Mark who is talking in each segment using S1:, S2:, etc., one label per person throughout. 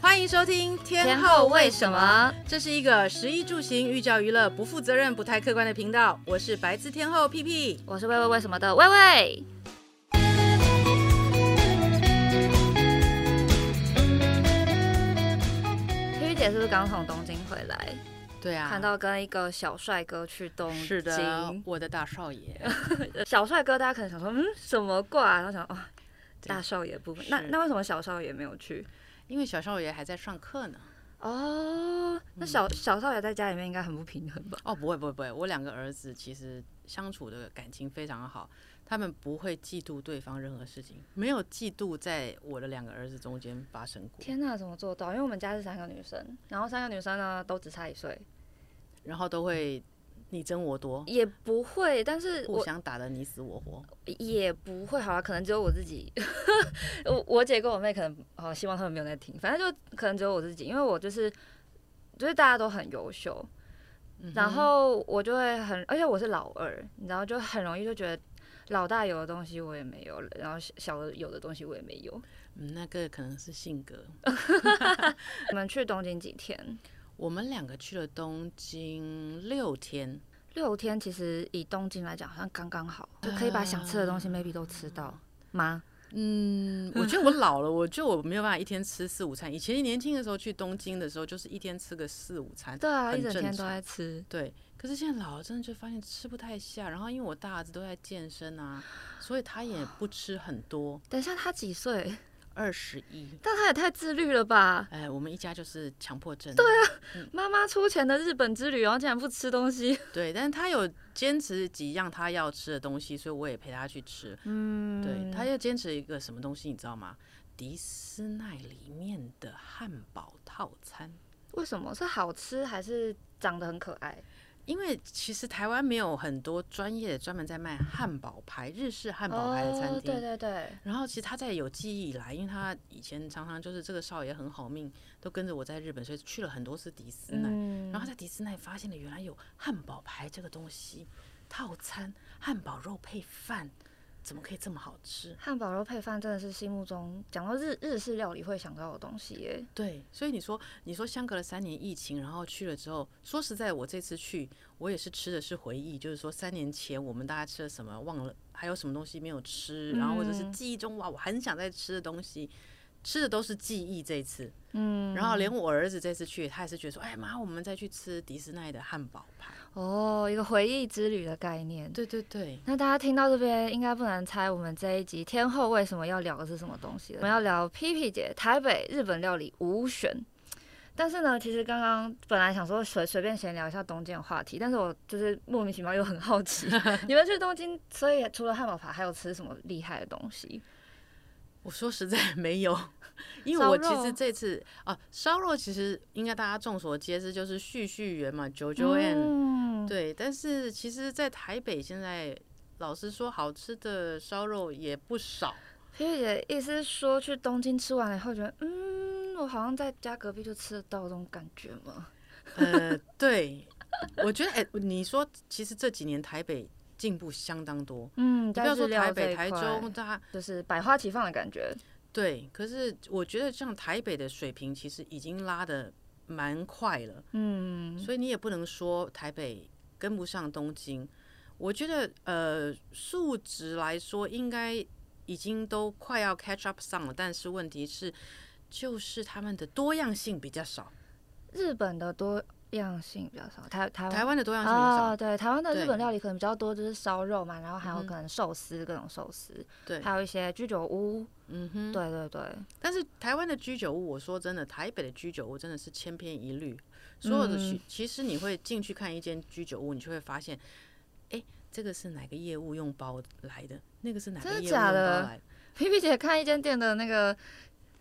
S1: 欢迎收听《天
S2: 天
S1: 后
S2: 后
S1: 为
S2: 为
S1: 什
S2: 什
S1: 么
S2: 么》，
S1: 这是一个食衣住行、寓教于乐、不负责任、不太客观的频道。我是白字天后屁屁。
S2: 我是喂喂为什么的喂喂。皮皮姐是不是刚从东京回来？
S1: 对啊，
S2: 看到跟一个小帅哥去东京，呃
S1: 是的，我的大少爷。
S2: 小帅哥大家可能想说，嗯，什么挂、然后想哦，大少爷部分，那
S1: 是
S2: 那为什么小少爷没有去？
S1: 因为小少爷还在上课呢。
S2: 哦，那小小少爷在家里面应该很不平衡吧？
S3: 哦，不会不会不会，我两个儿子其实相处的感情非常好，他们不会嫉妒对方任何事情，没有嫉妒在我的两个儿子中间发生过。
S2: 天哪，怎么做到？因为我们家是三个女生，然后三个女生呢都只差一岁，
S3: 然后都会你争我夺，
S2: 也不会，但是
S3: 互
S2: 我
S3: 相打得你死我活。
S2: 也不会，好了，可能只有我自己， 我我姐跟我妹可能，哦，希望他们没有在听，反正就可能只有我自己，因为我就是就是大家都很优秀，
S3: 嗯
S2: 然后我就会很，而且我是老二，你知道，就很容易就觉得老大有的东西我也没有，然后小的有的东西我也没有。
S3: 嗯，那个可能是性格。
S2: 你们去东京几天？
S3: 我们两个去了东京六天，
S2: 六天，其实以东京来讲，好像刚刚好，就可以把想吃的东
S3: 啊
S2: 西 maybe 都吃到吗？
S3: 嗯，我觉得我老了，我觉得我没有办法一天吃四五餐。以前年轻的时候去东京的时候，就是一天吃个四五餐，
S2: 对啊，
S3: 很
S2: 一整
S3: 正
S2: 天都
S3: 常
S2: 在吃。
S3: 对，可是现在老了，真的就发现吃不太下。然后因为我大儿子都在健身 啊，所以他也不吃很多。
S2: 等一下，他几岁？
S3: 二十一，
S2: 但他也太自律了吧！
S3: 哎，我们一家就是强迫症。对啊，
S2: 妈妈出钱的日本之旅，然后竟然不吃东西。
S3: 对，但是他有坚持几样他要吃的东西，所以我也陪他去吃。
S2: 嗯，
S3: 对，他又坚持一个什么东西，你知道吗？迪斯奈里面的汉堡套餐。
S2: 为什么是好吃还是长得很可爱？
S3: 因为其实台湾没有很多专业的专门在卖汉堡排、日式汉堡排的餐厅，
S2: 哦，对对对，
S3: 然后其实他在有记忆以来，因为他以前常常就是这个少爷很好命，都跟着我在日本，所以去了很多次迪斯奈。
S2: 嗯
S3: 然后他在迪斯奈发现了原来有汉堡排这个东西，套餐汉堡肉配饭，怎么可以这么好吃？
S2: 汉堡肉配饭真的是心目中讲到日日式料理会想到的东西耶。
S3: 对，所以你说你说相隔了三年疫情，然后去了之后，说实在，我这次去我也是吃的是回忆，就是说三年前我们大家吃了什么，忘了还有什么东西没有吃，然后或者是
S2: 嗯
S3: 记忆中哇我很想再吃的东西，吃的都是记忆这一次。
S2: 嗯，
S3: 然后连我儿子这次去，他也是觉得说，哎妈，我们再去吃迪士尼的汉堡排。
S2: 哦，一个回忆之旅的概念。
S3: 对对对，
S2: 那大家听到这边，应该不难猜我们这一集天后为什么要聊的是什么东西了。我们要聊 P P 姐台北日本料理无选。但是呢，其实刚刚本来想说随随便闲聊一下东京的话题，但是我就是莫名其妙又很好奇， 你们去东京，所以除了汉堡排，还有吃什么厉害的东 西？
S3: 我说实在没有，因为
S2: 烧
S3: 我其
S2: 肉
S3: 实这次啊，烧肉其实应该大家众所皆知，就是旭旭园嘛，九九 N。
S2: 嗯，
S3: 对，但是其实，在台北现在，老实说，好吃的烧肉也不少。
S2: P P 姐意思是说去东京吃完了以后，觉得嗯，我好像在家隔壁就吃得到这种感觉吗？
S3: 呃， 对，我觉得，哎、你说，其实这几年台北进步相当多，
S2: 嗯，
S3: 你不要说
S2: 在日料
S3: 台
S2: 这
S3: 北、
S2: 一
S3: 台
S2: 块
S3: 中，大家
S2: 就是百花齐放的感觉。
S3: 对，可是我觉得像台北的水平其实已经拉的蛮快了，
S2: 嗯，
S3: 所以你也不能说台北跟不上东京。我觉得呃，数值来说应该已经都快要 catch up 上了，但是问题是，就是他们的多样性比较少，
S2: 日本的多样性比较少，台台湾
S3: 台湾的多样性比较
S2: 啊、
S3: 少。
S2: 对，台湾的日
S3: 对
S2: 本料理可能比较多，就是烧肉嘛，然后还有
S3: 嗯哼
S2: 可能寿司、各种寿司，
S3: 对，
S2: 还有一些居酒屋，
S3: 嗯哼。
S2: 对对对，
S3: 但是台湾的居酒屋，我说真的，台北的居酒屋真的是千篇一律。所有的其、
S2: 嗯
S3: 其实你会进去看一间居酒屋，你就会发现，哎、这个是哪个业务用包来的？那个是哪个
S2: 真的
S3: 业务用
S2: 假
S3: 包
S2: 的
S3: 来的？
S2: 皮皮姐看一间店的那个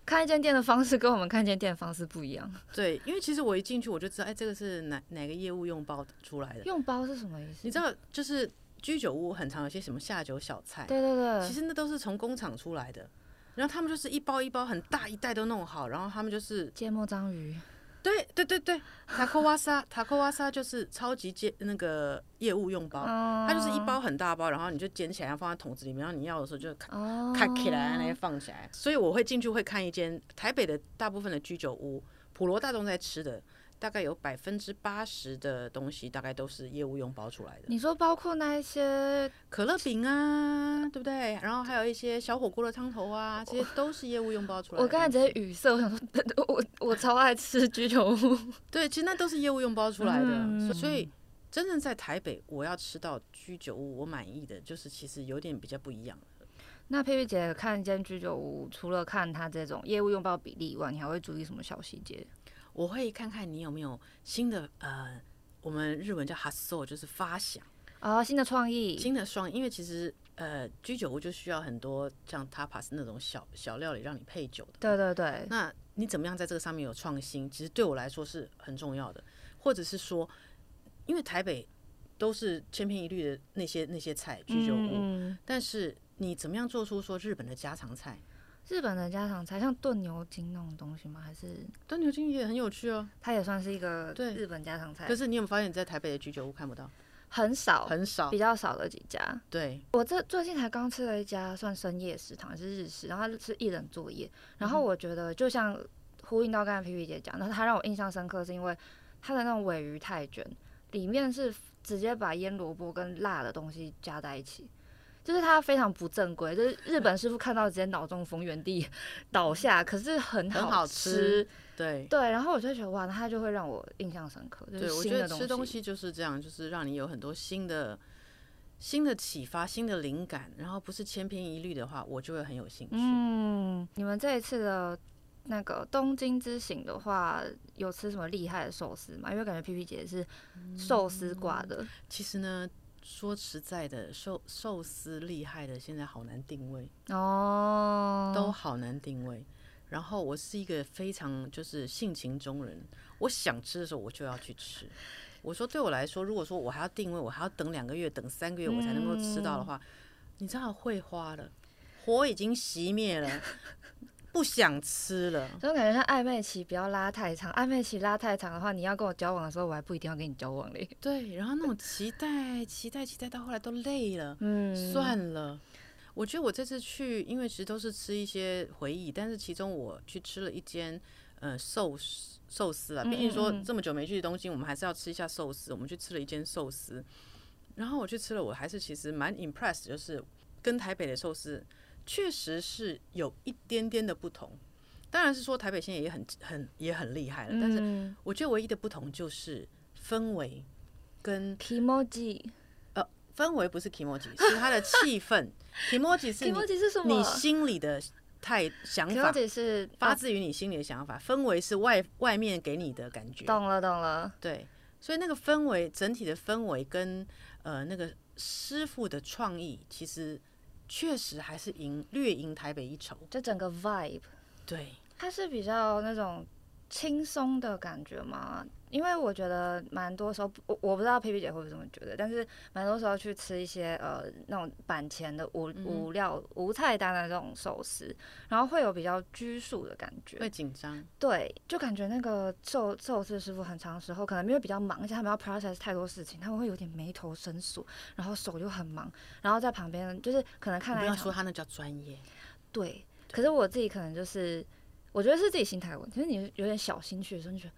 S2: 看一间店的方式跟我们看一间店的方式不一样，
S3: 对，因为其实我一进去我就知道，哎、这个是哪哪个业务用包出来的？
S2: 用包是什么意思？
S3: 你知道，就是居酒屋很常有些什么下酒小菜，
S2: 对对
S3: 其
S2: 对，
S3: 实那都是从工厂出来的。然后他们就是一包一包很大一袋都弄好，然后他们就是
S2: 芥末章鱼，
S3: 对对对对，塔克瓦萨，塔克瓦萨就是超级煎那个业务用
S2: 哦
S3: 包，哦它就是一包很大包，然后你就捡起来放在桶子里面，然后你要的时候就咔
S2: 哦，
S3: 咔起来啊那些放起来。所以我会进去会看一间台北的大部分的居酒屋，普罗大众在吃的，大概有百分之八十的东西大概都是业务用包出来的，
S2: 你说包括那一些
S3: 可乐饼啊，对不对？然后还有一些小火锅的汤头啊，这些都是业务用包出来的。
S2: 我刚才直接语塞，我想说， 我我超爱吃居酒屋，
S3: 对，其实那都是业务用包出来的，
S2: 嗯
S3: 所所以真正在台北，我要吃到居酒屋我满意的，就是其实有点比较不一样。
S2: 那佩佩姐看一间居酒屋，除了看它这种业务用包比例以外，你还会注意什么小细节？
S3: 我会看看你有没有新的呃，我们日文叫 hustle，就是发想
S2: 哦，新的创意，
S3: 新的双，因为其实呃居酒屋就需要很多像 tapas 那种小小料理让你配酒的。
S2: 对对对，
S3: 那你怎么样在这个上面有创新？其实对我来说是很重要的，或者是说，因为台北都是千篇一律的那些那些菜居酒屋，
S2: 嗯，
S3: 但是你怎么样做出说日本的家常菜？
S2: 日本的家常菜像炖牛筋那种东西吗？还是
S3: 炖牛筋也很有趣哦。
S2: 它也算是一个
S3: 对
S2: 日本家常菜
S3: 可？是你有没有发现你在台北的居酒屋看不到？
S2: 很少，
S3: 很少
S2: 比。较少的几家。
S3: 对，
S2: 我这最近才刚吃了一家算深夜食堂，是日式，然后它是一人作业。
S3: 嗯
S2: 然后我觉得就像呼应到刚才皮皮姐讲，那它让我印象深刻，是因为它的那种尾鱼太卷，里面是直接把腌萝卜跟辣的东西加在一起，就是它非常不正规，就是日本师傅看到直接脑中风原地倒下，可是很
S3: 很
S2: 好
S3: 好吃对，
S2: 对，然后我就觉得哇，那它就会让我印象深刻，就是
S3: 对，我
S2: 新
S3: 觉
S2: 的
S3: 得吃东
S2: 东。
S3: 西就是这样，就是让你有很多新的、新的启发、新的灵感，然后不是千篇一律的话，我就会很有兴趣。
S2: 嗯，你们这一次的那个东京之行的话，有吃什么厉害的寿司吗？因为感觉皮皮姐是寿司挂
S3: 嗯
S2: 的，
S3: 其实呢，说实在的，寿寿司厉害的，现在好难定位。
S2: 哦，
S3: 都好难定位。然后我是一个非常就是性情中人，我想吃的时候我就要去吃。我说对我来说，如果说我还要定位，我还要等两个月、等三个月我才能够吃到的话，你知道会花了，火已经熄灭了，不想吃了。
S2: 就感觉像暧昧期不要拉太长，暧昧期拉太长的话，你要跟我交往的时候，我还不一定要跟你交往嘞。
S3: 对，然后那种期待、期待、期待到后来都累了，
S2: 嗯，
S3: 算了。我觉得我这次去，因为其实都是吃一些回忆，但是其中我去吃了一间呃寿司寿司啊，
S2: 嗯
S3: 毕竟说
S2: 嗯嗯
S3: 这么久没去东京，我们还是要吃一下寿司。我们去吃了一间寿司，然后我去吃了，我还是其实蛮 impressed，就是跟台北的寿司确实是有一点点的不同。当然是说台北现在也很很也很厉害了，但是
S2: 嗯
S3: 我觉得唯一的不同就是氛围跟
S2: k i m o j i
S3: 呃氛围不是 k i m o j i 是它的气氛 k i m o j i
S2: k
S3: 是
S2: i
S3: 你
S2: m o j i 是什么
S3: 你心里的态想
S2: k i m o
S3: 法
S2: j，i 是
S3: 发自于你心里的想法，氛围是外外面给你的感觉，
S2: 懂了懂了，
S3: 对，所以那个氛围整体的氛围跟呃那个师傅的创意，其实确实还是赢略赢台北一筹，
S2: 就整个 vibe。
S3: 对，
S2: 它是比较那种轻松的感觉嘛，因为我觉得蛮多时候，我我不知道 P P 姐会不会这么觉得，但是蛮多时候去吃一些呃那种板前的无
S3: 嗯哼
S2: 无料无菜单的这种寿司，然后会有比较拘束的感觉，
S3: 会紧张，
S2: 对，就感觉那个寿寿司师傅很长时候可能因为比较忙，而且他们要 process 太多事情，他们会有点眉头深锁，然后手又很忙，然后在旁边就是可能
S3: 你
S2: 看
S3: 不
S2: 来
S3: 要说他那叫专业，
S2: 对，可是我自己可能就是，我觉得是自己心态的问题。就是你有点小心虚的时候，你就觉得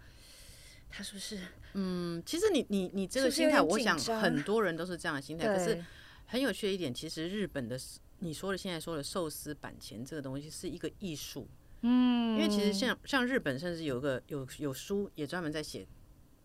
S2: 他是不是
S3: 嗯，其实你你你这个
S2: 是不是有
S3: 心态，
S2: 点
S3: 我
S2: 紧
S3: 想
S2: 张
S3: 很多人都是这样的心态，可是
S2: 对
S3: 很有趣的一点，其实日本的 s- 你说的现在说的寿司板前这个东西是一个艺术，
S2: 嗯
S3: 因为其实像像日本甚至有一个有有书也专门在写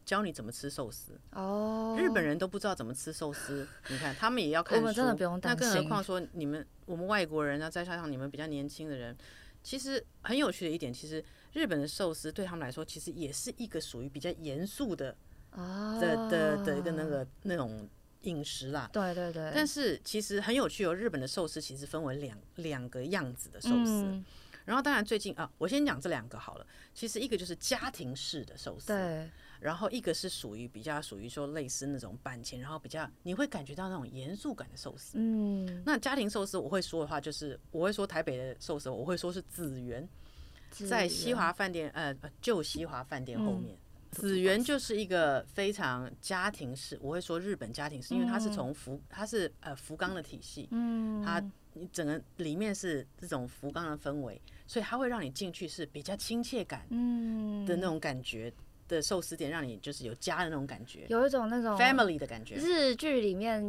S3: 教你怎么吃寿司，
S2: 哦，
S3: 日本人都不知道怎么吃寿司，你看他们也要看
S2: 我们真的
S3: 书
S2: 不用担
S3: 那更
S2: 心
S3: 何况说你们我们外国人啊，再加上你们比较年轻的人，其实很有趣的一点，其实日本的寿司对他们来说，其实也是一个属于比较严肃的
S2: 哦
S3: 的的的一个那，个那种饮食啦。
S2: 对对对，
S3: 但是其实很有趣哦，日本的寿司其实分为两两个样子的寿司。
S2: 嗯
S3: 然后当然最近啊，我先讲这两个好了。其实一个就是家庭式的寿司，
S2: 对，
S3: 然后一个是属于比较属于说类似那种板前，然后比较你会感觉到那种严肃感的寿司。
S2: 嗯，
S3: 那家庭寿司我会说的话，就是我会说台北的寿司，我会说是紫园， 在西华饭店，呃，呃旧西华饭店
S2: 嗯
S3: 后面。紫园就是一个非常家庭式，我会说日本家庭式，因为它是从福，它是呃福冈的体系，
S2: 嗯，
S3: 它你整个里面是这种福冈的氛围，所以它会让你进去是比较亲切感
S2: 嗯
S3: 的那种感觉的寿司店，让你就是有家的那种感觉
S2: 有一种那种
S3: ，family 的感觉，
S2: 日剧里面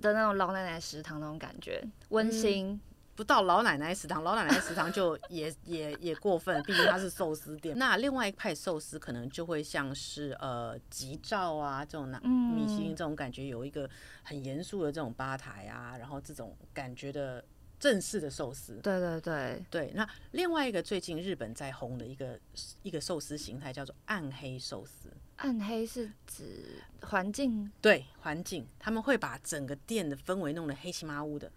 S2: 的那种老奶奶食堂那种感觉，温
S3: 嗯
S2: 馨。
S3: 不到老奶奶食堂，老奶奶食堂就也也也过分，毕竟它是寿司
S2: 嗯
S3: 店。那另外一派寿司可能就会像是呃吉兆啊这种拿
S2: 嗯
S3: 米其林这种感觉，有一个很严肃的这种吧台啊，然后这种感觉的正式的寿司。
S2: 对对对，
S3: 对，那另外一个最近日本在红的一个一个寿司形态叫做暗黑寿司。
S2: 暗黑是指环境，
S3: 对环境，他们会把整个店的氛围弄得黑漆麻乌的，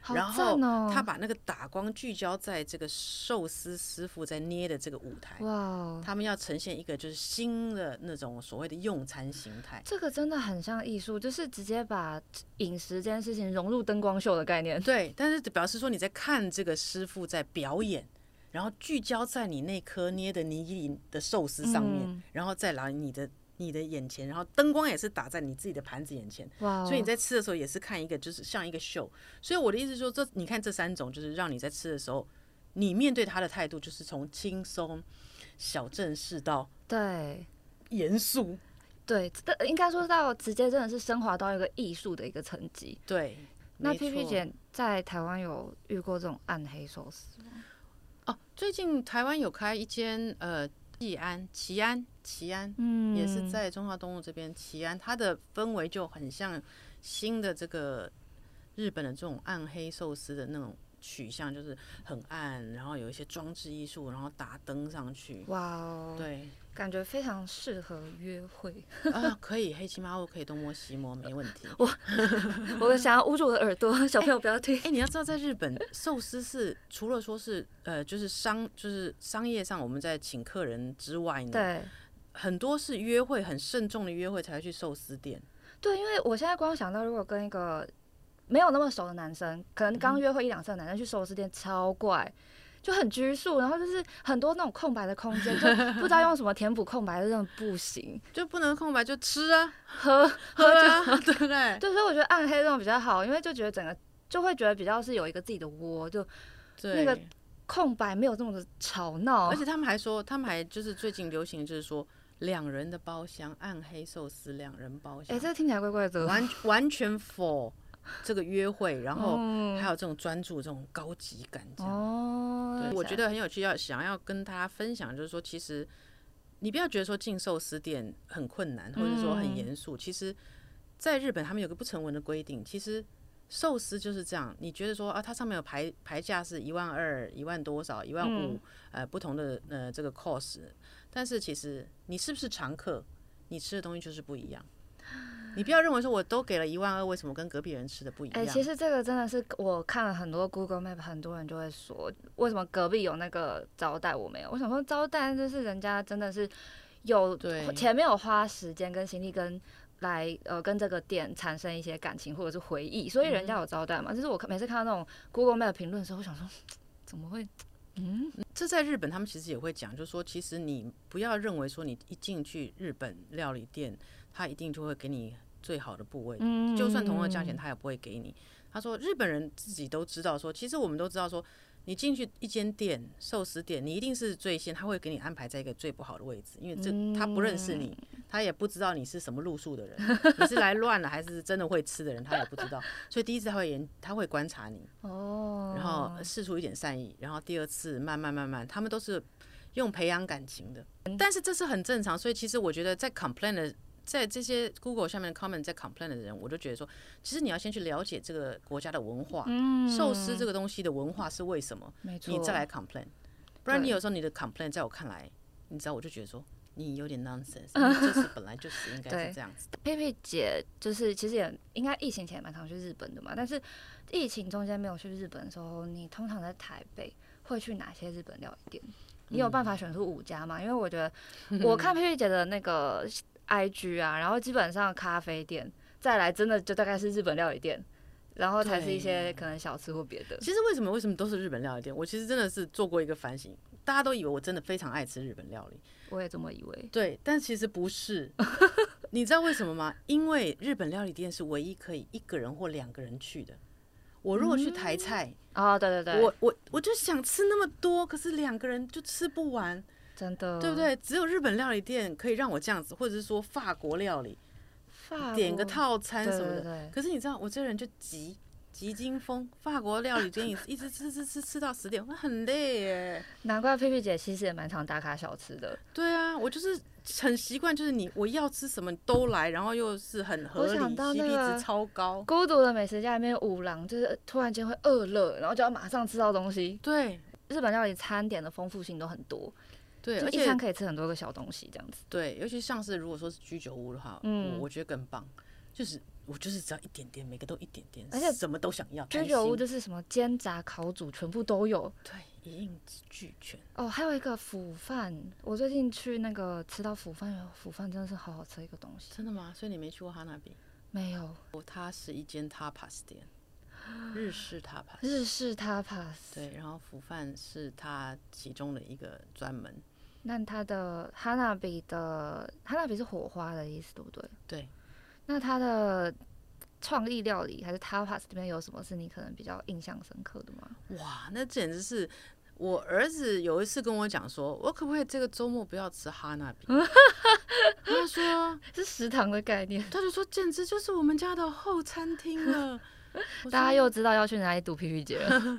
S2: 好
S3: 然后
S2: 赞哦！
S3: 他把那个打光聚焦在这个寿司师傅在捏的这个舞台，
S2: 哇哦，
S3: 他们要呈现一个就是新的那种所谓的用餐形态。
S2: 这个真的很像艺术，就是直接把饮食这件事情融入灯光秀的概念。
S3: 对，但是表示说你在看这个师傅在表演，然后聚焦在你那颗捏的泥里的寿司上面，
S2: 嗯
S3: 然后再来你的你的眼前，然后灯光也是打在你自己的盘子眼前，
S2: 哇哦，
S3: 所以你在吃的时候也是看一个，就是像一个秀。所以我的意思是说，这你看这三种，就是让你在吃的时候，你面对它的态度就是从轻松、小正式到
S2: 对
S3: 严肃。
S2: 对，但应该说到直接真的是升华到一个艺术的一个层级。
S3: 对，
S2: 那
S3: 没
S2: P P
S3: 错
S2: 姐在台湾有遇过这种暗黑寿司？
S3: 哦，最近台湾有开一间呃，吉安、奇安、奇安，
S2: 嗯
S3: 也是在中华东路这边，奇安它的氛围就很像新的这个日本的这种暗黑寿司的那种取向，就是很暗，然后有一些装置艺术，然后打灯上去。
S2: 哇哦，
S3: 对
S2: 感觉非常适合约会。
S3: 啊，可以黑漆麻我可以东摸西摸，没问题。
S2: 我想要捂住我的耳朵，小朋友不要听。
S3: 哎、你要知道，在日本寿司是除了说是呃，就是商就是商业上我们在请客人之外呢，
S2: 对
S3: 很多是约会很慎重的约会才会去寿司店。
S2: 对，因为我现在光想到，如果跟一个没有那么熟的男生，可能
S3: 嗯
S2: 刚约会一两次的男生去寿司店，超怪。就很拘束，然后就是很多那种空白的空间，就不知道用什么填补空白，真的不 行。
S3: 就不能空白就吃啊，
S2: 喝
S3: 喝啊， 对不对？
S2: 对，所以我觉得暗黑这种比较好，因为就觉得整个就会觉得比较是有一个自己的窝，就
S3: 对，
S2: 那个空白没有这么的吵闹
S3: 而。且他们还说，他们还就是最近流行，就是说两人的包厢，暗黑寿司两人包
S2: 哎、
S3: 厢，
S2: 这听起来怪怪的。
S3: 完完全 for 这个约会，然后
S2: 嗯
S3: 还有这种专注、这种高级感，这样。
S2: 哦
S3: 对，，我觉得很有趣，要想要跟大家分享，就是说，其实你不要觉得说进寿司店很困难，或者说很
S2: 嗯
S3: 严肃。其实，在日本他们有个不成文的规定，其实寿司就是这样。你觉得说啊，它上面有牌牌价是一万二、一万多少、一万五
S2: 嗯，
S3: 呃，不同的呃这个 cost，但是其实你是不是常客，你吃的东西就是不一样。你不要认为说我都给了一万二，为什么跟隔壁人吃的不一
S2: 哎、
S3: 样？
S2: 其实这个真的是我看了很多 Google Map，很多人就会说，为什么隔壁有那个招待我没有？我想说招待就是人家真的是有
S3: 对
S2: 前面有花时间跟心力跟。来，呃，跟这个店产生一些感情或者是回忆，所以
S3: 嗯
S2: 人家有招待嘛。就是我看每次看到那种 Google Map 评论的时候，我想说，怎么会？嗯，
S3: 这在日本，他们其实也会讲，就说其实你不要认为说你一进去日本料理店，他一定就会给你最好的部位，
S2: 嗯
S3: 就算同样的价钱，他也不会给你。他说日本人自己都知道说，其实我们都知道说，你进去一间店寿司店，你一定是最先，他会给你安排在一个最不好的位置，因为这
S2: 嗯
S3: 他不认识你，他也不知道你是什么路数的人，你是来乱了还是真的会吃的人，他也不知道，所以第一次他会研他会观察你。
S2: 哦，
S3: 然后试出一点善意，然后第二次慢慢慢慢，他们都是用培养感情的，但是这是很正常。所以其实我觉得在 complain 的，在这些 Google 下面的 comment 在 complain 的人，我都觉得说，其实你要先去了解这个国家的文化，寿司这个东西的文化是为什么，
S2: 嗯没错，
S3: 你再来 complain，不然你
S2: 对
S3: 有时候你的 complain 在我看来，你知道我就觉得说你有点 nonsense，因为就是本来就是应该
S2: 对
S3: 是这样子的，
S2: 佩佩姐就是其实也应该疫情前也蛮常去日本的嘛，但是疫情中间没有去日本的时候，你通常在台北会去哪些日本料理店？
S3: 嗯
S2: 你有办法选出五家吗？因为 我觉得我看佩佩姐的那个 IG 啊，然后基本上咖啡店，再来真的就大概是日本料理店，然后才是一
S3: 对
S2: 些可能小吃或别的。
S3: 其实为什么为什么都是日本料理店？我其实真的是做过一个反省，大家都以为我真的非常爱吃日本料理，
S2: 我也这么以为。
S3: 对，但其实不是。你知道为什么吗？因为日本料理店是唯一可以一个人或两个人去的。我如果去台菜，
S2: 哦，对对对，
S3: 我我我就想吃那么多，可是两个人就吃不完，
S2: 真的
S3: 对不？对？只有日本料理店可以让我这样子，或者是说法国料理
S2: 法国
S3: 点个套餐
S2: 对
S3: 什
S2: 对
S3: 么的。
S2: 对，
S3: 可是你知道，我这个人就急急惊风，法国料理店也是一直吃吃吃吃到十点，我很累耶。
S2: 难怪佩佩姐其实也蛮常打卡小吃的。
S3: 对啊，我就是很习惯，就是你我要吃什么你都来，然后又是很合理
S2: 我想到那
S3: ，CP
S2: 个
S3: 值超高。
S2: 孤独的美食家里面有五郎，就是突然间会饿了，然后就要马上吃到东西。
S3: 对
S2: 日本料理餐点的丰富性都很多，
S3: 对，
S2: 就
S3: 而
S2: 一
S3: 且
S2: 餐可以吃很多个小东西这样子。
S3: 对，尤其像是如果说是居酒屋的话，
S2: 嗯
S3: 我我觉得更棒，就是我就是只要一点点，每个都一点点，
S2: 而且
S3: 什么都想要，
S2: 居
S3: 贪
S2: 酒屋
S3: 心
S2: 就是什么煎炸、烤煮，全部都有
S3: 对一应俱全。
S2: 哦。还有一个腐饭，我最近去那个吃到腐饭，有腐饭真的是好好吃的一个东西。
S3: 真的吗？所以你没去过哈那比？
S2: 没有
S3: 哦，它是一间 tapas 店，日式 tapas。
S2: 日式 tapas，
S3: 对，然后腐饭是它其中的一个专门，
S2: 那它的哈娜比的哈娜比是火花的意思，对不对？
S3: 对，
S2: 那它的创意料理还是 tapas 里面有什么是你可能比较印象深刻的吗？
S3: 哇，那简直是我儿子有一次跟我讲说，我可不可以这个周末不要吃哈那 比？他说，
S2: 是食堂的概念，
S3: 他就说，简直就是我们家的后餐厅了。我
S2: 大家
S3: 说
S2: 又知道要去哪里读皮皮姐 了。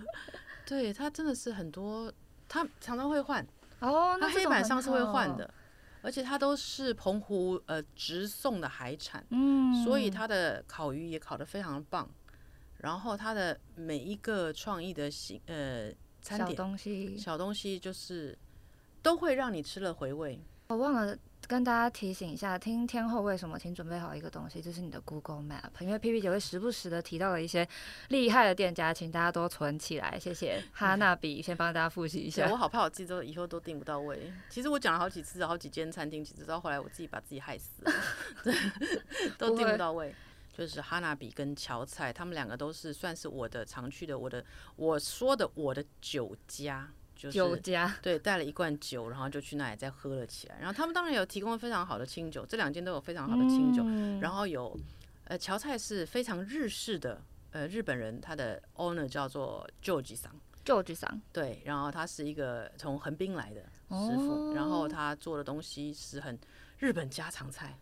S3: 对他真的是很多，他常常会换，
S2: 哦，
S3: 他
S2: 那这
S3: 黑
S2: 种
S3: 板
S2: 很
S3: 上是会换
S2: 好。哦
S3: 的，而且他都是澎湖呃直送的海产。
S2: 嗯，
S3: 所以他的烤鱼也烤得非常棒，然后他的每一个创意的形呃餐
S2: 小
S3: 点
S2: 东西
S3: 小东西就是都会让你吃了回味。
S2: 我忘了跟大家提醒一下，听天后为什么，请准备好一个东西，就是你的 Google Map，因为 P P 姐会时不时的提到了一些厉害的店家，请大家都存起来，谢谢。 哈娜比先帮大家复习一
S3: 对
S2: 下
S3: 我。好怕我自己都以后都订不到位。其实我讲了好几次，好几间餐厅，其实到后来我自己把自己害死 了， 对，都
S2: 不
S3: 订不
S2: 会
S3: 到位。就是哈娜比跟乔菜，他们两个都是算是我的常去的，我的我说的我的酒家，就是
S2: 酒家，
S3: 对，带了一罐酒，然后就去那里再喝了起来。然后他们当然有提供非常好的清酒，这两间都有非常好的清酒。
S2: 嗯
S3: 然后有，呃，乔菜是非常日式的，呃，日本人他的 owner 叫做 George 桑，
S2: 旧居上，
S3: 对，然后他是一个从横滨来的师傅，然后他做的东西是很日本家常菜，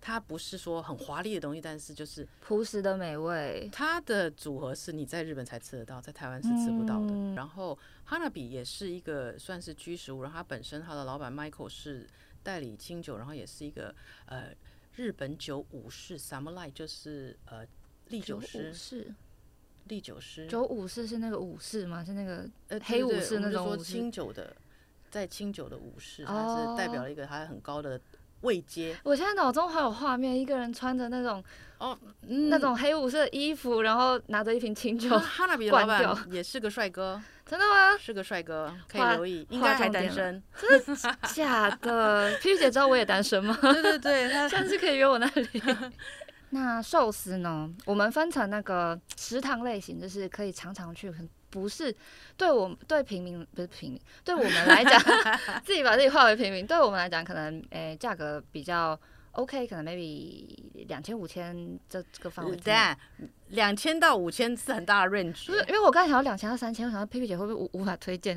S3: 他不是说很华丽的东西，但是就是
S2: 朴实的美味，
S3: 它的组合是你在日本才吃得到，在台湾是吃不到的。
S2: 嗯
S3: 然后 Hanabi 也是一个算是居食物，然后它本身它的老板 Michael 是代理清酒，然后也是一个呃日本酒武士 Samurai，就是呃历酒师
S2: 武，士，
S3: 历酒师，
S2: 九武士是那个武士吗？是那个
S3: 呃
S2: 黑武士那
S3: 那
S2: 种
S3: 说
S2: 武士哦
S3: 清酒的，在清酒的武士，它是代表了一个它很高的位阶。
S2: 我现在脑中还有画面，一个人穿着那种
S3: 哦，嗯
S2: 那种黑武士的衣服，然后拿着一瓶 清酒
S3: 那，Hanabi 的老
S2: 灌
S3: 板也是个帅哥，
S2: 真的吗？
S3: 是个帅哥，可以
S2: 画
S3: 留意，应
S2: 画
S3: 该还
S2: 重
S3: 单
S2: 点了
S3: 身。
S2: 假的， 皮皮姐知道我也单身吗？
S3: 对对对，他
S2: 下次可以约我那 里。那寿司呢？我们分成那个食堂类型，就是可以常常去，可能不是对我对平民不是平民，对我们来 讲，自己把自己划为平民，对我们来讲，可能诶价、格比较 OK，可能 maybe 两千五千这这个范围之内。
S3: 但嗯啊两千到五千是很大的
S2: 不是
S3: range，，
S2: 因为我刚才想到两千到三千，我想到佩佩姐会不会无无法推荐？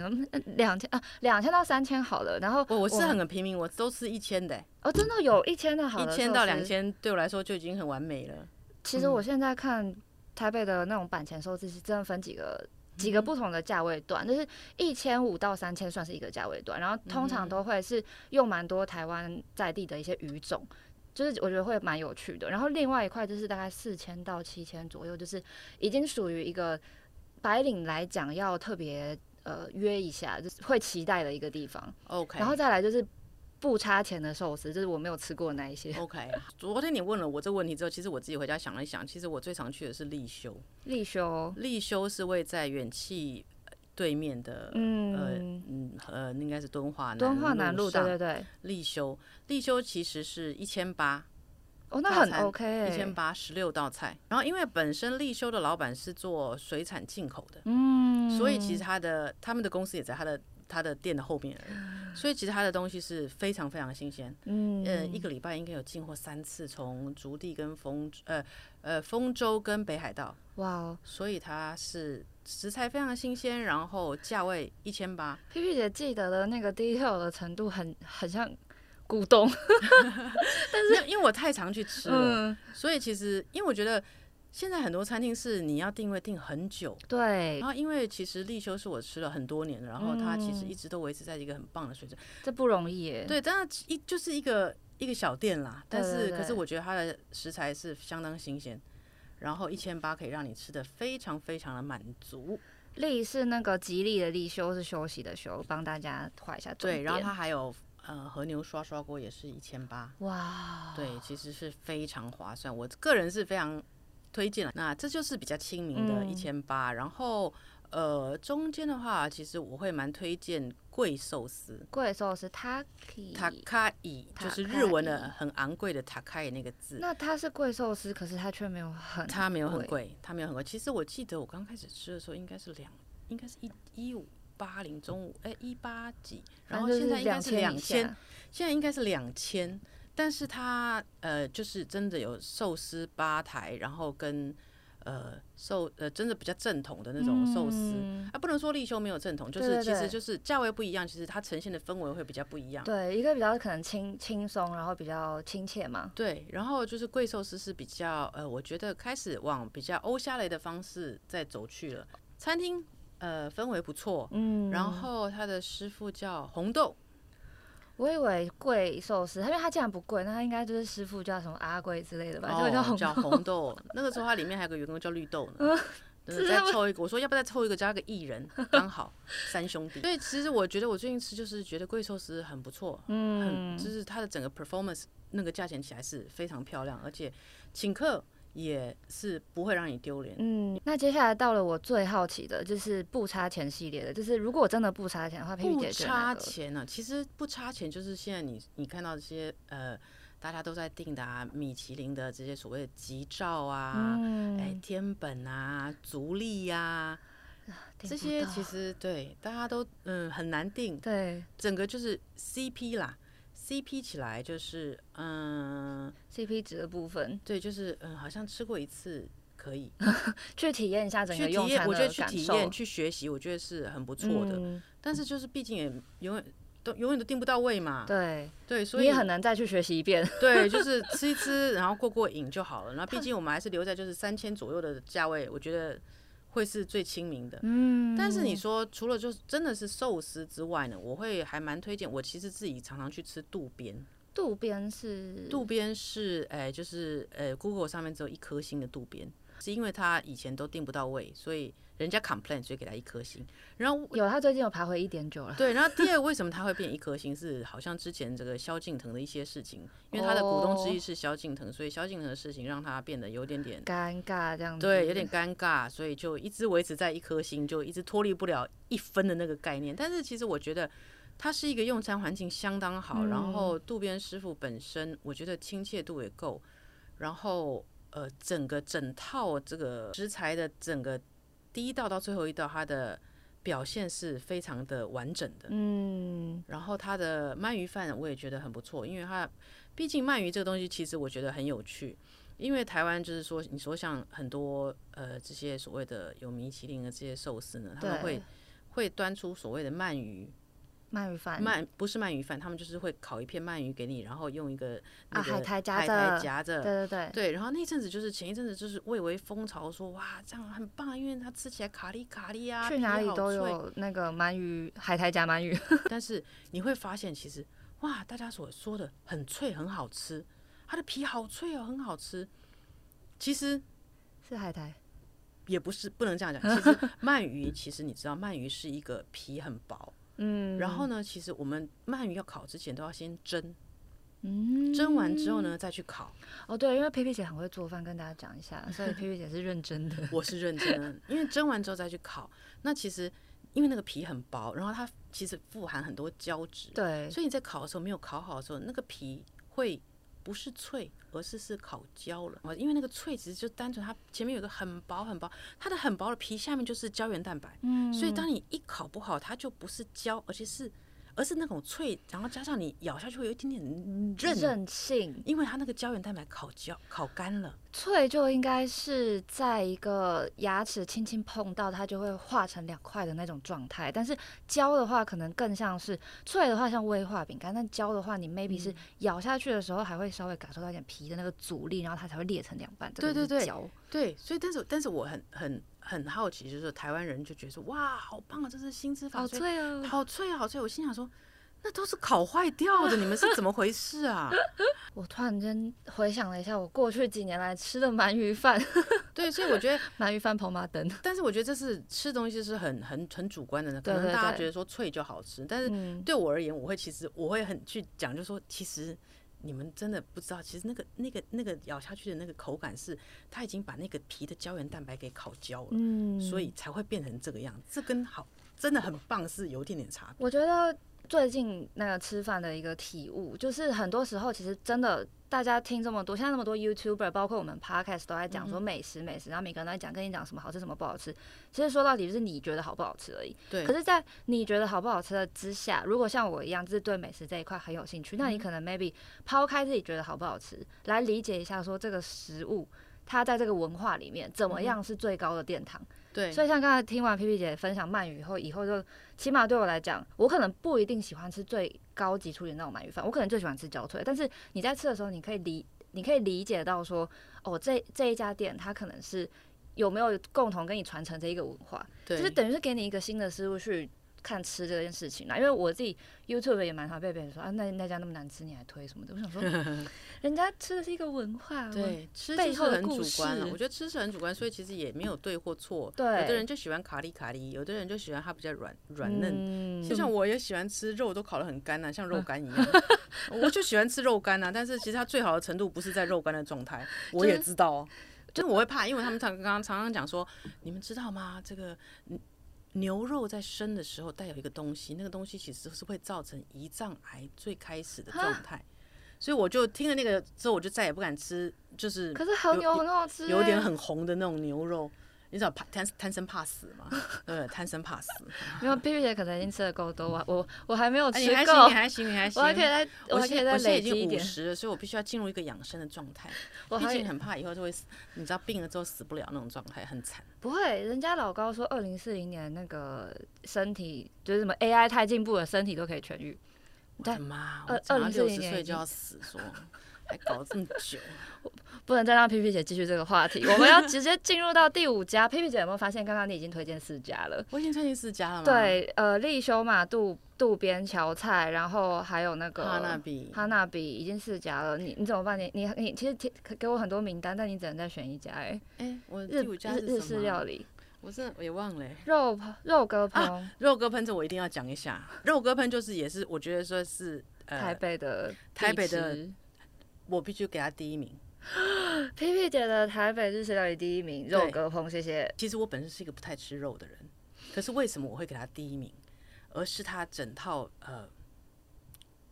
S2: 两千啊，两千到三千好了。然后
S3: 我我是
S2: 们
S3: 很平民，我都吃一千的欸，
S2: 哦，真的有一千的好
S3: 一
S2: 的，
S3: 千到两。千对我来说就已经很完美了。
S2: 其实
S3: 嗯
S2: 我现在看台北的那种版权收支是真的分几个。几
S3: 嗯
S2: 个不同的价位段，就是一千五到三千算是一个价位段，然后通常
S3: 嗯
S2: 都会是用蛮多台湾在地的一些鱼种，就是我觉得会蛮有趣的。然后另外一块就是大概四千到七千左右，就是已经属于一个白领来讲要特别呃约一下，就是会期待的一个地方。
S3: OK，
S2: 然后再来就是不差钱的寿司，就是我没有吃过的那一些
S3: OK，昨天你问了我这个问题之后，其实我自己回家想了一想，其实我最常去的是 立休，
S2: 立休，
S3: 立休是位在远气呃对面的。呃
S2: 嗯，
S3: 嗯呃，应该是敦化南
S2: 敦化南路，对
S3: 上
S2: 对对，
S3: 立休，立休其实是一千八，
S2: 哦，那
S3: 大
S2: 很
S3: 餐
S2: OK，
S3: 一千八十六道菜。然后因为本身立休的老板是做水产进口的，
S2: 嗯，
S3: 所以其实他的他们的公司也在他的他的店的后面而已。所以其实他的东西是非常非常新鲜，
S2: 嗯
S3: 呃，一个礼拜应该有进货三次，从竹地跟丰呃呃丰州跟北海道，
S2: 哇哦
S3: 所以它是食材非常新鲜，然后价位一千八，
S2: ，P P 姐记得的那个 detail 的程度很很像股东，
S3: 但是因为我太常去吃了，
S2: 嗯，
S3: 所以其实因为我觉得现在很多餐厅是你要定位定很久，
S2: 对
S3: 然，后因为其实立秋是我吃了很多年的，然后它其实
S2: 嗯
S3: 一直都维持在一个很棒的水准。
S2: 这不容易耶，
S3: 对，但是一就是一个一个小店啦，但
S2: 对
S3: 是
S2: 对
S3: 可是
S2: 对
S3: 我觉得它的食材是相当新鲜，然后一千八可以让你吃的非常非常的满足。
S2: 利是那个吉利的利，休是休息的休，帮大家画一下重
S3: 对，然后
S2: 点
S3: 它还有呃和牛刷刷锅也是一千八，
S2: 哇，哦
S3: 对，其实是非常划算，我个人是非常推荐了。那这就是比较亲民的，一
S2: 嗯
S3: 千八。然后呃中间的话，其实我会蛮推荐贵寿司。
S2: 贵寿司 taki，
S3: 塔卡伊就是日文的很昂贵的塔卡伊那个字，
S2: 那它是贵寿司，可是它却没有很，
S3: 它没有很，贵，它没有很贵。其实我记得我刚开始吃的时候应该是两，应该是一一五八零中午，哎一八几，然
S2: 反
S3: 后
S2: 正就
S3: 现在
S2: 是
S3: 应该是两
S2: 2000以
S3: 千，
S2: 下，
S3: 现在应该是两千。但是它呃就是真的有寿司吧台，然后跟呃寿呃真的比较正统的那种寿司。
S2: 嗯
S3: 啊，不能说立休没有正统，就
S2: 对
S3: 是
S2: 对
S3: 其实
S2: 对
S3: 就是价位不一样，其实它呈现的氛围会比较不一样。
S2: 对，一个比较可能轻轻松，然后比较亲切嘛，
S3: 对，然后就是贵寿司是比较呃，我觉得开始往比较欧虾类的方式在走去了。餐厅呃氛围不错，
S2: 嗯，
S3: 然后他的师傅叫红豆，
S2: 我以为贵寿司，因为它既然不贵，那它应该就是师傅叫什么阿贵之类的吧，就叫
S3: 哦
S2: 红
S3: 叫
S2: 豆，嗯
S3: 红豆。那个时候它里面还有个员工叫绿豆呢。真的
S2: 是
S3: 再
S2: 他们
S3: 凑一个，我说要不要再凑一个加个艺人，刚好三兄 弟。所以其实我觉得我最近吃就是觉得贵寿司很不错，很
S2: 嗯
S3: 就，是它的整个 performance 那个价钱起来是非常漂亮，而且请客也是不会让你丢脸。
S2: 嗯，那接下来到了我最好奇的，就是不差钱系列的，就是如果我真的不差钱的话，佩佩
S3: 不
S2: 姐觉得
S3: 差
S2: 哪个？
S3: 钱呢、其实不差钱就是现在你你看到这些呃，大家都在订的啊，米其林的这些所谓的吉兆啊，
S2: 嗯，
S3: 哎、天本啊，足利呀、啊，
S2: 订
S3: 这
S2: 不
S3: 些
S2: 到
S3: 其实对大家都嗯很难订，
S2: 对
S3: 整个就是 CP 啦，CP 起来就是嗯
S2: CP 值的部分，
S3: 对，就是嗯好像吃过一次可以
S2: 去体验一下整
S3: 去
S2: 个
S3: 体
S2: 用
S3: 验，
S2: 餐
S3: 我
S2: 的
S3: 觉得去
S2: 感
S3: 体
S2: 受，
S3: 验去学习，我觉得是很不错的，
S2: 嗯
S3: 但是就是毕竟也永远都永远都订不到位嘛，
S2: 对，
S3: 对，啊所
S2: 你
S3: 以
S2: 也很难再去学习 一遍。
S3: 对，就是吃一吃，然后过过瘾就好了。然后毕竟我们还是留在就是三千左右的价位，我觉得会是最亲民的。
S2: 嗯
S3: 但是你说除了就是真的是寿司之外呢，我会还蛮推荐。我其实自己常常去吃渡边，
S2: 渡边是
S3: 渡边是哎、就是呃、Google 上面只有一颗星的渡边，是因为他以前都订不到位，所以人家 complain，所以给他一颗星。然后
S2: 有，他最近有爬回一点九了。
S3: 对，然后第二个为什么它会变一颗星，是好像之前这个萧敬腾的一些事情，因为他的股东之一
S2: 哦
S3: 是萧敬腾，所以萧敬腾的事情让他变得有点点
S2: 尴尬这样子，
S3: 对，有点尴尬，所以就一直维持在一颗星，就一直脱离不了一分的那个概念。但是其实我觉得。它是一个用餐环境相当好，然后渡边师傅本身我觉得亲切度也够，然后呃整个整套这个食材的整个第一道到最后一道，它的表现是非常的完整的。
S2: 嗯，
S3: 然后它的鳗鱼饭我也觉得很不错，因为它毕竟鳗鱼这个东西其实我觉得很有趣，因为台湾就是说，你说像很多呃这些所谓的有米其林的这些寿司呢，他们
S2: 对
S3: 会会端出所谓的鳗鱼
S2: 鳗鱼饭，
S3: 鳗不是鳗鱼饭，他们就是会烤一片鳗鱼给你，然后用一个那
S2: 啊
S3: 个
S2: 海苔夹
S3: 海苔
S2: 着
S3: 夹着
S2: 对对对，
S3: 对，然后那阵子就是前一阵子就是蔚为风潮说哇这样很棒，因为它吃起来卡哩卡哩啊，
S2: 去哪
S3: 皮
S2: 里
S3: 好
S2: 都
S3: 脆
S2: 有那个鳗鱼海苔夹鳗鱼，
S3: 但是你会发现，其实哇，大家所说的很脆，很好吃，它的皮好脆哦，很好吃。其实
S2: 是海苔，
S3: 也不是不能这样讲，其 实鳗鱼，其实你知道，鳗鱼是一个皮很薄，
S2: 嗯，
S3: 然后呢，其实我们鳗鱼要烤之前都要先蒸，
S2: 嗯，
S3: 蒸完之后呢再去烤。
S2: 哦对，因为皮皮姐很会做饭，跟大家讲一 下，所以皮皮姐是认真的，
S3: 我是认真的，因为蒸完之后再去烤，那其实因为那个皮很薄，然后它其实富含很多胶质，
S2: 对，
S3: 所以你在烤的时候没有烤好的时候，那个皮会不是脆，而是是烤焦了。哦因为那个脆只是就单纯它前面有一个很薄很薄，它的很薄的皮下面就是胶原蛋白，
S2: 嗯
S3: 所以当你一烤不好，它就不是焦，而且是而是那种脆，然后加上你咬下去会有一点点嗯韧，
S2: 韧性
S3: 因为它那个胶原蛋白烤焦烤干了。
S2: 脆就应该是在一个牙齿轻轻碰到它就会化成两块的那种状态，但是焦的话可能更像是脆的话像威化饼干，但焦的话你 maybe 是咬下去的时候还会稍微感受到一点皮的那个阻力，然后它才会裂成两半。这
S3: 对
S2: 个就是
S3: 对对
S2: 焦
S3: 对，所以但是但是我很很很好奇，就是说台湾人就觉得说哇，好棒啊，这是新吃法，
S2: 好
S3: 所以
S2: 脆哦，
S3: 好脆啊，好脆！我心想说，那都是烤坏掉的，你们是怎么回事啊？
S2: 我突然间回想了一下，我过去几年来吃的鳗鱼饭，
S3: 对，所以我觉得，
S2: 鳗鱼饭跑马灯，
S3: 但是我觉得这是吃东西是很很很主观的呢，可
S2: 对
S3: 能
S2: 对
S3: 大家
S2: 对
S3: 觉得说脆就好吃，但是
S2: 嗯，
S3: 对我而言，我会其实我会很去讲，就说其实你们真的不知道，其实那个那个那个咬下去的那个口感是，它已经把那个皮的胶原蛋白给烤焦了，
S2: 嗯
S3: 所以才会变成这个样子。这跟好真的很棒是有一点点差别。
S2: 我觉得最近那个吃饭的一个体悟，就是很多时候其实真的。大家听这么多，现在那么多 YouTuber，包括我们 Podcast 都在
S3: 嗯
S2: 讲说美食、美食，然后每个人都在讲跟你讲什么好吃、什么不好吃。其实说到底就是你觉得好不好吃而已。
S3: 对
S2: 可，是，在你觉得好不好吃的之下，如果像我一样，就是对美食这一块很有兴趣，那你可能 maybe 抛开自己觉得好不好吃，来理解一下说这个食物它在这个文化里面怎么样是最高的殿堂。
S3: 对，
S2: 所以像刚才听完 P P 姐分享鳗鱼以后，以后就起码对我来讲，我可能不一定喜欢吃最高级处理的那种鳗鱼饭，我可能最喜欢吃焦脆。但是你在吃的时候，你可以理你可以理解到说，哦，这这一家店它可能是有没有共同跟你传承这一个文化，
S3: 对，
S2: 就是等于是给你一个新的思路去看吃这件事情啦。因为我自己 YouTube 也蛮常被别人说啊，那那家那么难吃，你还推什么的。我 想说，人家吃的是一个文化，
S3: 对，吃
S2: 背
S3: 就是
S2: 后的
S3: 很
S2: 故
S3: 主观了、
S2: 事
S3: 我觉得吃是很主观，所以其实也没有对或错。
S2: 对
S3: 有的人就喜欢卡里卡里，有的人就喜欢它比较软软嫩。
S2: 嫩
S3: 就像我也喜欢吃肉，都烤得很干呐、啊像
S2: 嗯
S3: 肉干一 样。我就喜欢吃肉干呐、啊但是其实它最好的程度不是在肉干的状态，我也知道、哦。就是我会怕，因为他们常刚刚常常讲说，你们知道吗？这个嗯牛肉在生的时候带有一个东西，那个东西其实是会造成胰脏癌最开始的状态。所以我就听了那个之后，我就再也不敢吃，就是
S2: 可是和牛很好吃欸、
S3: 有点很红的那种牛肉。你知道怕贪贪生怕死 嘛？对，贪生怕死。
S2: 没有，碧碧姐可能已经吃的够多，我我我还没有
S3: 哎
S2: 吃
S3: 你还行，
S2: 够
S3: 你，还行，你还行。
S2: 我还可以再
S3: 我
S2: 还可以
S3: 现
S2: 再
S3: 我现在
S2: 累
S3: 已
S2: 积一
S3: 经五
S2: 点，
S3: 十了，所以我必须要进入一个养生的状态。
S2: 我
S3: 毕
S2: 还
S3: 竟很怕以后就会死，你知道病了之后死不了那种状态，很惨。
S2: 不会。人家老高说，二零四零年那个身体就是什么 AI 太进步了，身体都可以痊愈。
S3: 我
S2: 对
S3: 的妈！
S2: 呃
S3: 我长到
S2: 2040
S3: 六十
S2: 年已
S3: 岁就
S2: 经
S3: 要死，说还搞这么久。
S2: 不能再让 P P 姐继续这个 话题，我们要直接进入到第五家。P P 姐有没有发现，刚刚你已经推荐四家 了？
S3: 我已经推荐四家了吗？，
S2: 对，呃，立修嘛，渡渡边桥菜，然后还有那个
S3: 哈那比。
S2: 哈娜比已经四家了。你你怎么办？你你你其实提给我很多名单，但你只能再选一家、哎，
S3: 哎，我
S2: 日
S3: 第五家
S2: 日
S3: 是
S2: 日
S3: 什
S2: 式
S3: 么
S2: 料
S3: 啊？
S2: 理。
S3: 我真的我也忘了欸。
S2: 肉烹肉鸽烹，
S3: 肉鸽喷这我一定要讲一下。肉鸽喷就是也是我觉得说是
S2: 台
S3: 呃，
S2: 北的
S3: 台北
S2: 必
S3: 的
S2: 吃
S3: 我必须给他第一名。
S2: P P 姐的台北日式料理第一名，肉
S3: 对
S2: 鸽烹，谢谢。
S3: 其实我本身是一个不太吃肉的人，可是为什么我会给他第一名？而是他整套呃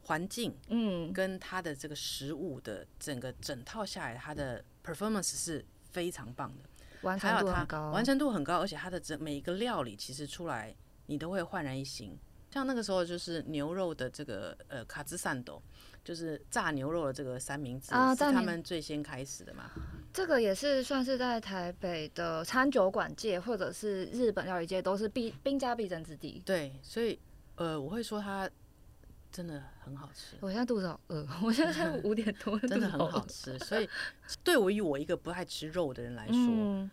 S3: 环境
S2: 嗯，
S3: 跟他的这个食物的整个整套下来，他的 performance 是非常棒的，
S2: 完
S3: 还
S2: 成
S3: 有
S2: 度
S3: 他
S2: 很高，啊
S3: 完成度很高，而且他的整每一个料理其实出来你都会焕然一新。像那个时候就是牛肉的这个呃卡兹散斗，就是炸牛肉的这个三明治、
S2: 啊
S3: 是
S2: 炸
S3: 他
S2: 牛
S3: 们最先开始的嘛。
S2: 这个也是算是在台北的餐酒馆界或者是日本料理界都是必兵家必争之地。
S3: 对，所以呃我会说它真的很好吃。
S2: 我现在肚子好饿，我现在才五点多，
S3: 嗯真的
S2: 肚子
S3: 很好
S2: 饿。
S3: 吃。所以，对于我一个不爱吃肉的人来说，
S2: 嗯，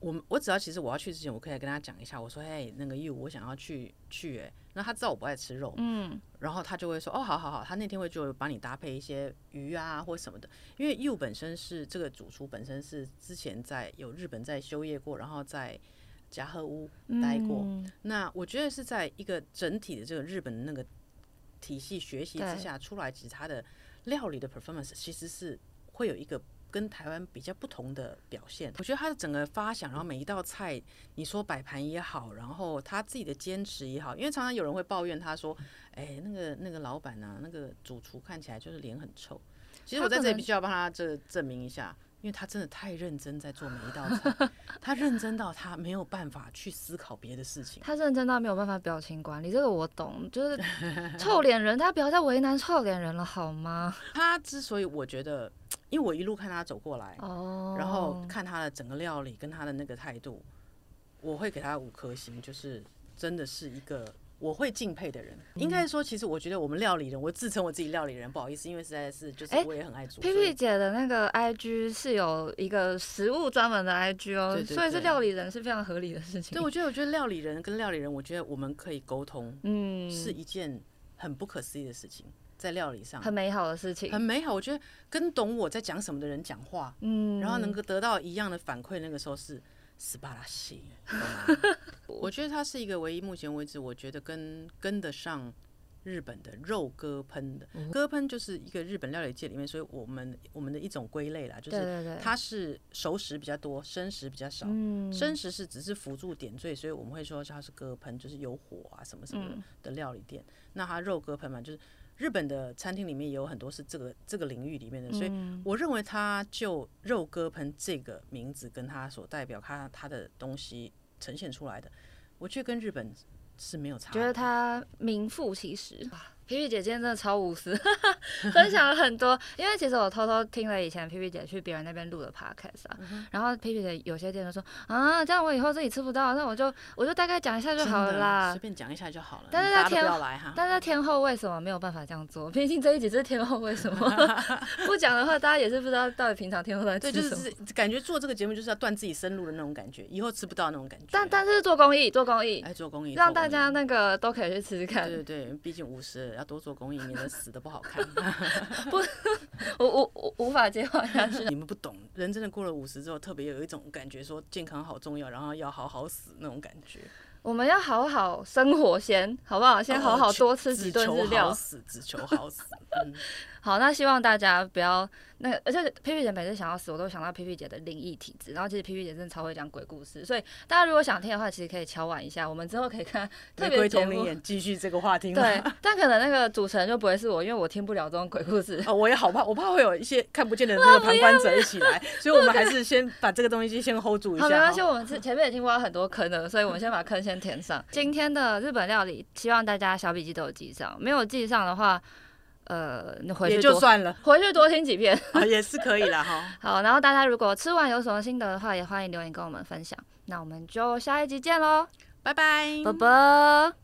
S3: 我们我只要其实我要去之前，我可以跟他讲一下，我说：“嘿，那个 you，我想要去去。”哎，那他知道我不爱吃肉，
S2: 嗯，
S3: 然后他就会说：“哦，好好好。”他那天会就帮你搭配一些鱼啊或什么的，因为 you 本身是这个主厨本身是之前在有日本在修业过，然后在加贺屋待过，
S2: 嗯
S3: 那我觉得是在一个整体的这个日本的那个体系学习之下出来，其实它的料理的 performance 其实是会有一个跟台湾比较不同的表现。我觉得他的整个发想，然后每一道菜，你说摆盘也好，然后他自己的坚持也好，因为常常有人会抱怨他说：“哎，那个那个老板呐、那个主厨看起来就是脸很臭。”其实我在这里必须要帮他这证明一下，因为他真的太认真在做每一道菜， 他认真到他没有办法去思考别的事情。
S2: 他认真到没有办法表情管理，这个我懂，就是 臭脸人，他不要再为难臭脸人了好吗？
S3: 他之所以我觉得，因为我一路看他走过来，
S2: 哦，
S3: 然后看他的整个料理跟他的那个态度，我会给他五颗星，就是真的是一个我会敬佩的人。应
S2: 嗯
S3: 该说，其实我觉得我们料理人，我自称我自己料理人，不好意思，因为实在是就是
S2: 哎
S3: 我也很爱煮。
S2: P
S3: 所
S2: P
S3: 以
S2: 姐的那个 I G 是有一个食物专门的 I G 哦，
S3: 对对
S2: 所以是
S3: 对
S2: 料理人是非常合理的事情。
S3: 对，我觉得我觉得料理人跟料理人，我觉得我们可以沟通，
S2: 嗯，
S3: 是一件很不可思议的事情，在料理上
S2: 很美好的事情
S3: 很。美好。我觉得跟懂我在讲什么的人讲话，
S2: 嗯，
S3: 然后能够得到一样的反馈，那个时候是斯巴拉西，懂吗 我觉得他是一个唯一目前为止，我觉得跟跟得上日本的肉鸽喷的鸽喷，就是一个日本料理界里面，所以我们我们的一种归类啦，就
S2: 对
S3: 是
S2: 对对，
S3: 它是熟食比较多，生食比较少。
S2: 嗯
S3: 生食是只是辅助点缀，所以我们会说它是鸽喷，就是有火啊什么什么的
S2: 嗯
S3: 的料理店。那它肉鸽喷嘛，就是日本的餐厅里面也有很多是这个这个领域里面的，所以
S2: 嗯
S3: 我认为他就肉鸽盆这个名字跟他所代表他他的东西呈现出来的，我觉得跟日本是没有差的。
S2: 觉得他名副其实。皮皮姐今天真的超无私， 分享了很多。因为其实我偷偷听了以前皮皮姐去别人那边录的 podcast
S3: 嗯
S2: 啊，然后皮皮姐有些店就说啊，这样我以后自己吃不到，那我就我就大概讲一下就好了
S3: 真的
S2: 啦
S3: 随。便讲一下就好了。
S2: 但是
S3: 大
S2: 他
S3: 家都不
S2: 天
S3: 要来哈。
S2: 但是天后为什么没有办法这样做？ 毕竟这一集是天后 为什么不讲的话，大家也是不知道到底平常天后在
S3: 对，
S2: 吃
S3: 就是
S2: 什么。
S3: 自感觉做这个节目就是要断自己生路的那种感觉，以后吃不到那种感觉。啊
S2: 但但是做公益，做公益，
S3: 爱做公益，
S2: 让
S3: 哎做公
S2: 大
S3: 益
S2: 家那个都可以去吃吃看。
S3: 对对对，毕竟五十了要多做公益，免得死的不好 看。
S2: 我我我无法接话下去。
S3: 你们不懂，人真的过了五十之后，特别有一种感觉，说健康好重要，然后要好好死那种感觉。
S2: 我们要好好生活先，好不好？先好好多吃几顿日
S3: 只求
S2: 料。
S3: 好死，只求好 死。嗯，
S2: 好，那希望大家不要那个，而且皮皮姐每次想要死，我都想到皮皮姐的灵异体质。然后其实皮皮姐真的超会讲鬼故事，所以大家如果想听的话，其实可以敲碗一下，我们之后可以看特
S3: 玫
S2: 别
S3: 瑰
S2: 节
S3: 同龄
S2: 目。
S3: 眼继续这个话题吗。
S2: 对，但可能那个主持人就不会是我，因为我听不了这种鬼故 事。
S3: 哦，我也好怕，我怕会有一些看不见的那个旁观者一起来，所以我们还是先把这个东西先 hold 住一下。
S2: 好，没关系，我们是前面已经挖很多坑了，所以我们先把坑先填上。 今天的日本料理，希望大家小笔记都有记上，没有记上的话，呃，你回
S3: 也
S2: 去
S3: 就
S2: 多
S3: 算了，
S2: 回去多听几遍。
S3: 啊也是可以了 哈。
S2: 好，然后大家如果吃完有什么心得的话，也欢迎留言跟我们分享。那我们就下一集见喽，
S3: 拜拜，
S2: 拜拜。